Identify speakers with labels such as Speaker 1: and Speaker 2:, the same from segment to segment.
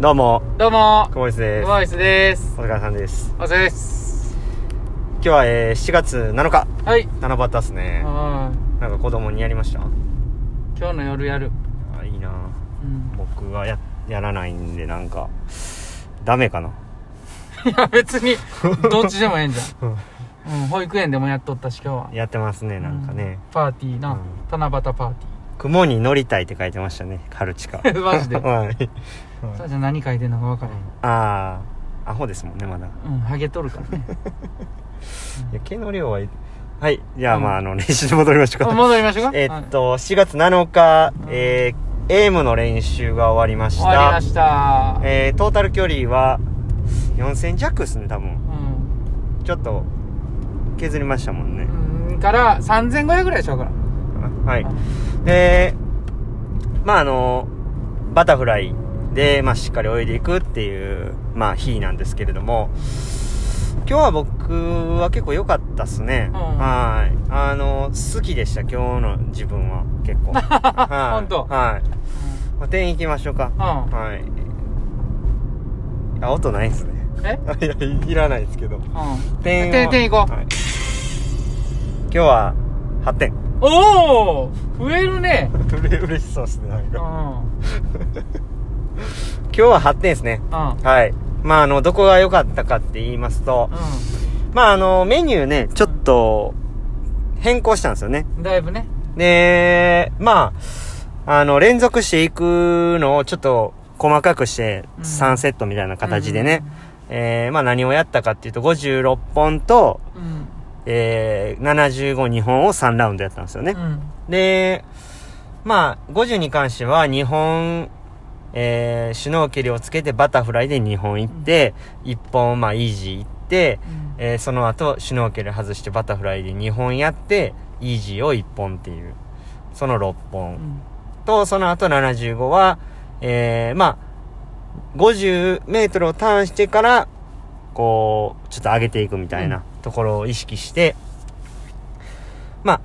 Speaker 1: どうも、
Speaker 2: どうも
Speaker 1: くもいすです。
Speaker 2: ボイスです
Speaker 1: お疲れさんです。
Speaker 2: お疲れ様です
Speaker 1: 今日は、えー、7月7日、
Speaker 2: はい
Speaker 1: 七夕っすね。
Speaker 2: うん
Speaker 1: なんか子供にやりました
Speaker 2: 今日の夜やる
Speaker 1: あいいな
Speaker 2: うん
Speaker 1: 僕はや、やらないんで、なんか、ダメかな。
Speaker 2: いや別 にどっちでもええんじゃん、うん、保育園でもやっとったし今日は
Speaker 1: やってますね、なんかね。
Speaker 2: パーティーな、
Speaker 1: うん
Speaker 2: 七夕パーテ
Speaker 1: 雲に乗りたいって書いてましたね、カルチ カ。
Speaker 2: ィー マジで
Speaker 1: はい。
Speaker 2: そうじゃ何書いてんのか分からへ
Speaker 1: あー、アホですもんね、まだ。
Speaker 2: んうんハゲとるか らね
Speaker 1: いや、毛の量は、はい。じゃあ、
Speaker 2: うん
Speaker 1: まあ、あの、練習に戻りましょう
Speaker 2: あ
Speaker 1: か。
Speaker 2: 戻りましょうか
Speaker 1: え
Speaker 2: はい
Speaker 1: っと、4月7日、えー、エイムの練習が終わりました。
Speaker 2: 終わりました
Speaker 1: えー、トータル距離は4000弱ですね多分ちょっと削りましたもんね
Speaker 2: うんうんから3500ぐらいでしょうから
Speaker 1: はいでまああのバタフライで、まあ、しっかり泳いでいくっていうまあ日なんですけれども今日は僕は結構良かったっすね、
Speaker 2: うん
Speaker 1: はいあの好きでした今日の自分は結 構はい
Speaker 2: ほん
Speaker 1: は
Speaker 2: と
Speaker 1: いまあ点行きましょうか
Speaker 2: う
Speaker 1: はいあ音ないんすね
Speaker 2: んえ
Speaker 1: いやいらないですけど
Speaker 2: うん
Speaker 1: 点を
Speaker 2: 点点行こう
Speaker 1: はい今日は8点
Speaker 2: おお増えるね
Speaker 1: うれ嬉しそうですねなん
Speaker 2: う
Speaker 1: か
Speaker 2: んうん
Speaker 1: 今日は8点ですね
Speaker 2: う
Speaker 1: はいまああのどこが良かったかって言いますとまああのメニューねちょっと変更したんですよね
Speaker 2: んだいぶね
Speaker 1: でまああの連続していくのをちょっと細かくして
Speaker 2: うん
Speaker 1: 3セットみたいな形でね、えー、まあ何をやったかっていうと56本と、
Speaker 2: うん
Speaker 1: えー、752本を3ラウンドやったんですよね、
Speaker 2: うん
Speaker 1: で、まあ、50に関しては2本、えー、シュノーケルをつけてバタフライで2本行って、1本、まあ、イージー行って、
Speaker 2: うん
Speaker 1: えーその後、シュノーケル外してバタフライで2本やって、イージーを1本っていう、その6
Speaker 2: う
Speaker 1: 本。
Speaker 2: ん
Speaker 1: と、その後75は、えー、まあ、50メートルをターンしてから、こう、ちょっと上げていくみたいなところを意識して、まあ、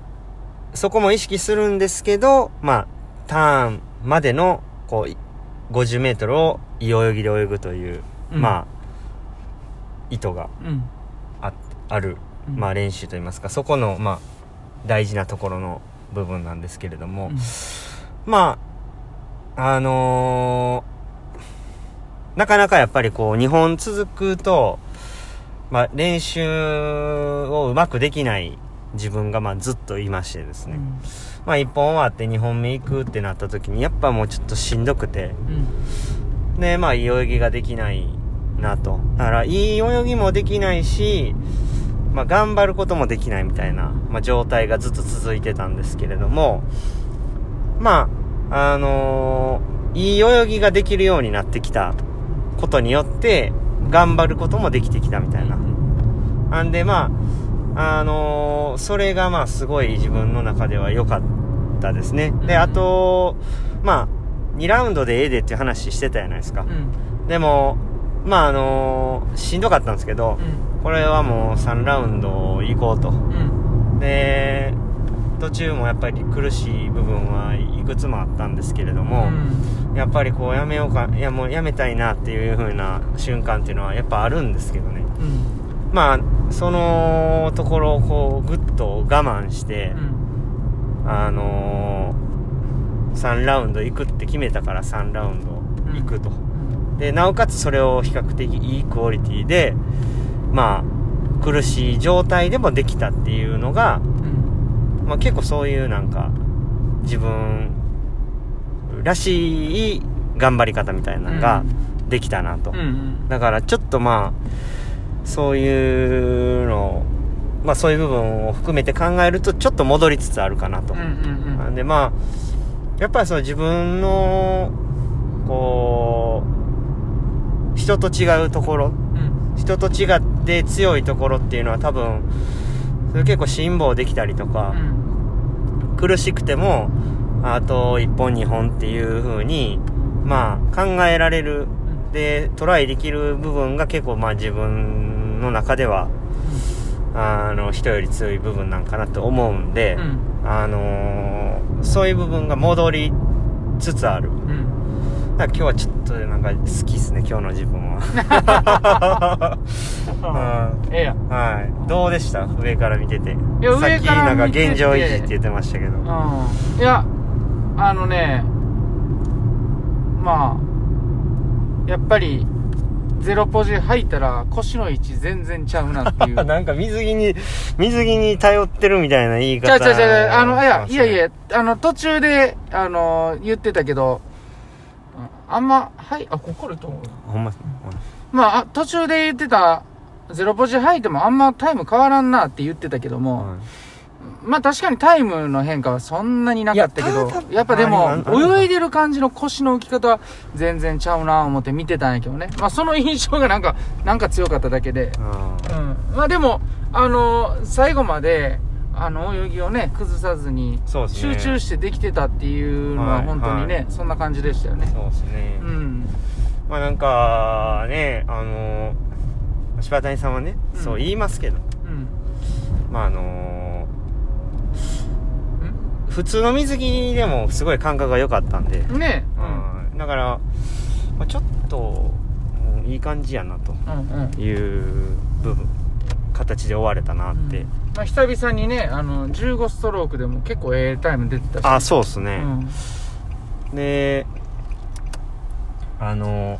Speaker 1: そこも意識するんですけど、まあ、ターンまでの、こうい、50メートルをいい泳ぎで泳ぐという、
Speaker 2: うん
Speaker 1: まあ、意図が
Speaker 2: うん
Speaker 1: あある、
Speaker 2: うん
Speaker 1: まあ、練習といいますか、そこの、まあ、大事なところの部分なんですけれども、まあ、あのーなかなかやっぱりこう、2本続くと、まあ、練習をうまくできない自分が、まあ、ずっといましてです
Speaker 2: う
Speaker 1: ね。
Speaker 2: ん
Speaker 1: まあ、1本終わって2本目行くってなった時に、やっぱもうちょっとしんどくて、
Speaker 2: うん
Speaker 1: で、まあ、いい泳ぎができないなと。だから、いい泳ぎもできないし、まあ、頑張ることもできないみたいな、まあ、状態がずっと続いてたんですけれども、まあ、あのーいい泳ぎができるようになってきたことによって、頑張ることもできてきたみたいな。なんで、まあ、あのーそれがまあ、すごい自分の中では良かったですね。で、あと、まあ、2ラウンドでええでっていう話してたじゃないですか
Speaker 2: う。ん
Speaker 1: でも、まああのしんどかったんですけど
Speaker 2: う、ん
Speaker 1: これはもう3ラウンド行こうと。
Speaker 2: うん
Speaker 1: で、途中もやっぱり苦しい部分はいくつもあったんですけれども、やっぱりこうやめようか、いやもうやめたいなっていう風な瞬間っていうのはやっぱあるんですけどね。
Speaker 2: うん
Speaker 1: まあ、そのところをこうぐっと我慢して、あの3ラウンド行くって決めたから3ラウンド行くと。でなおかつそれを比較的いいクオリティでまあ苦しい状態でもできたっていうのが、
Speaker 2: うん
Speaker 1: まあ、結構そういうなんか自分らしい頑張り方みたいなのができたなと、
Speaker 2: うんうん
Speaker 1: だからちょっとまあそういうのをまあそういう部分を含めて考えるとちょっと戻りつつあるかなと、
Speaker 2: うんうん
Speaker 1: なんでまあやっぱりその自分のこう人と違うところ
Speaker 2: うん
Speaker 1: 人と違って強いところっていうのは多分それ結構辛抱できたりとか、苦しくてもあと1本2本っていう風にまあ考えられるでトライできる部分が結構まあ自分の中ではあの人より強い部分なんかなと思うんで。
Speaker 2: うんうん
Speaker 1: あのーそういう部分が戻りつつある。
Speaker 2: うん
Speaker 1: だから今日はちょっとなんか好きっすね、今日の自分 は。うん
Speaker 2: ええやん
Speaker 1: はい。どうでした上から見てて。
Speaker 2: いや上
Speaker 1: さっ
Speaker 2: か
Speaker 1: きな
Speaker 2: ら
Speaker 1: んか
Speaker 2: 見てて
Speaker 1: 現状維持って言ってましたけど。
Speaker 2: うんいやあのねまあやっぱりゼロポジ入ったら腰の位置全然ちゃうなっていう
Speaker 1: なんか水着に、水着に頼ってるみたいな言い
Speaker 2: ちゃ
Speaker 1: 方。
Speaker 2: うちゃうちゃう、あの、いや、いやいや、あの、途中で、あの、言ってたけど、うんあんま、はい、あ、ここからと思う。
Speaker 1: ほんま、
Speaker 2: まああ、途中で言ってた、ゼロポジ入ってもあんまタイム変わらんなって言ってたけども、
Speaker 1: は
Speaker 2: まあ確かにタイムの変化はそんなになかったけ
Speaker 1: いや
Speaker 2: ど
Speaker 1: ただ、
Speaker 2: やっぱで
Speaker 1: あれ
Speaker 2: も、
Speaker 1: あれ
Speaker 2: 泳いでる感じの腰の浮き方は全然ちゃうな思って見てたんやけどね。まあその印象がなんか、なんか強かっただけで。
Speaker 1: い。
Speaker 2: うん、まあでも、あの最後まであの泳ぎをね崩さずに
Speaker 1: そうですね
Speaker 2: 集中してできてたっていうの
Speaker 1: は
Speaker 2: はい本当にね、
Speaker 1: はい
Speaker 2: そんな感じでしたよ
Speaker 1: うん。
Speaker 2: ね
Speaker 1: そうですね
Speaker 2: う。ん
Speaker 1: まあなんか、ね、あの、柴谷さんはね、
Speaker 2: うん
Speaker 1: そう言いますけど、
Speaker 2: うん
Speaker 1: まああの、普通の水着でもすごい感覚が良かったんで、
Speaker 2: うんね
Speaker 1: うんだから、まあ、ちょっと、うんいい感じやなと
Speaker 2: うんうんうん
Speaker 1: いう部分、形で終われたなって。
Speaker 2: うんまあ、久々にねあの15ストロークでも結構ええタイム出てたし
Speaker 1: あ、そうっすね。
Speaker 2: うん
Speaker 1: であの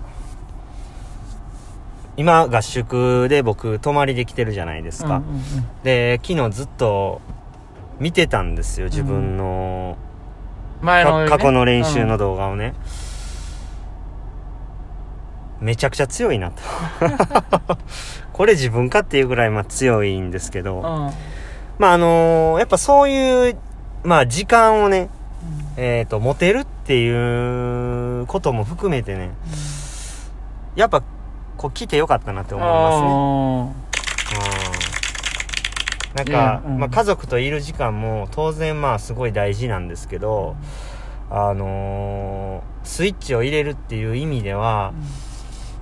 Speaker 1: 今合宿で僕泊まりできてるじゃないですか、
Speaker 2: うんうん
Speaker 1: で昨日ずっと見てたんですよ自分の、
Speaker 2: うん前
Speaker 1: か
Speaker 2: の、ね、
Speaker 1: 過去の練習の動画をね、めちゃくちゃ強いなと これ自分かっていうぐらいまあ強いんですけど、
Speaker 2: うん、うん
Speaker 1: まああのやっぱそういうまあ時間をねえっ、と、モテるっていうことも含めてね、やっぱ、こう来てよかったなって思いま
Speaker 2: あ
Speaker 1: すね。うん。なん
Speaker 2: い
Speaker 1: か、
Speaker 2: やうん
Speaker 1: まあ、家族といる時間も当然まあすごい大事なんですけど、あのースイッチを入れるっていう意味では、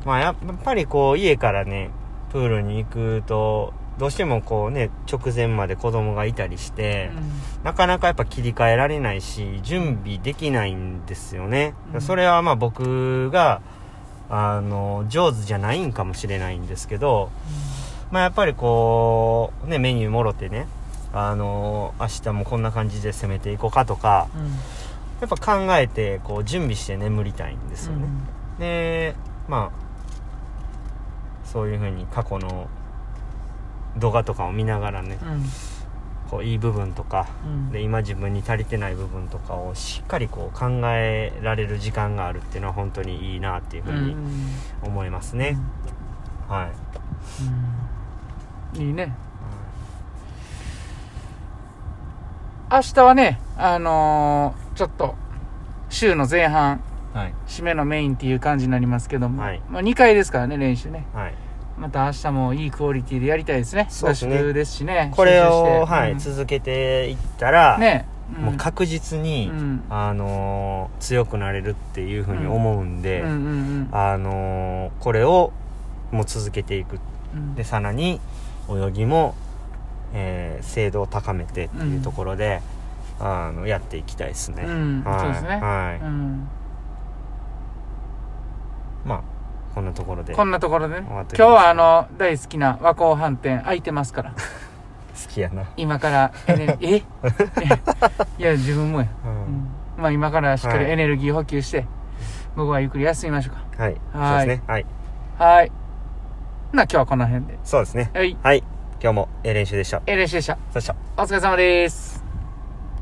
Speaker 1: まあやっぱりこう家からね、プールに行くと、どうしてもこうね、直前まで子供がいたりして、なかなかやっぱ切り替えられないし、準備できないんですよね。
Speaker 2: うん
Speaker 1: それはまあ僕が、あの、上手じゃないんかもしれないんですけど、まあやっぱりこう、ね、メニューもろてね、あの、明日もこんな感じで攻めていこうかとか、
Speaker 2: うんうん
Speaker 1: やっぱ考えて、こう、準備して眠りたいんですよね。で、まあ、そういうふうに過去の動画とかを見ながらね、
Speaker 2: うん
Speaker 1: こう、いい部分とか、
Speaker 2: うん
Speaker 1: で今自分に足りてない部分とかをしっかりこう考えられる時間があるっていうのは本当にいいなっていうふ
Speaker 2: う
Speaker 1: うに
Speaker 2: ん
Speaker 1: 思いますね、はい
Speaker 2: うんいいね明日はね、あのーちょっと、週の前半、
Speaker 1: はい
Speaker 2: 締めのメインっていう感じになりますけども、
Speaker 1: はい
Speaker 2: まあ2回ですからね、練習ね。
Speaker 1: はい
Speaker 2: また明日もいいクオリティでやりたいですね。
Speaker 1: そうですね
Speaker 2: 合宿ですしね。
Speaker 1: これ
Speaker 2: 集中して
Speaker 1: を、はい
Speaker 2: うん
Speaker 1: 続けていったら、
Speaker 2: ね、ん
Speaker 1: もう確実に、
Speaker 2: うん
Speaker 1: あのー強くなれるっていうふうに思うんで、
Speaker 2: うんうん
Speaker 1: あのーこれをもう続けていく
Speaker 2: うん。
Speaker 1: でさらに泳ぎも、えー精度を高めてっていうところで、あのやっていきたいですね、
Speaker 2: うん
Speaker 1: はい
Speaker 2: そうですね
Speaker 1: はい
Speaker 2: うん
Speaker 1: まあこんなところで
Speaker 2: こ
Speaker 1: 好
Speaker 2: んなところでね。
Speaker 1: 終わっ
Speaker 2: 今
Speaker 1: てきま
Speaker 2: 日
Speaker 1: した
Speaker 2: はあの、大好きな和光飯店空いてますから。
Speaker 1: きやな、
Speaker 2: 今からエネル、 えい や、自分もや。
Speaker 1: うん
Speaker 2: うんまあ今からしっかり
Speaker 1: はい
Speaker 2: エネルギー補給して、僕はゆっくり休みましょう
Speaker 1: はい
Speaker 2: は
Speaker 1: そう
Speaker 2: い
Speaker 1: ですねはい
Speaker 2: か。はーい。な、今日はこの辺で。
Speaker 1: そうですね
Speaker 2: はい。
Speaker 1: はい今日もええ練習でした
Speaker 2: え、練習でした。
Speaker 1: そうでした
Speaker 2: お疲れ様です。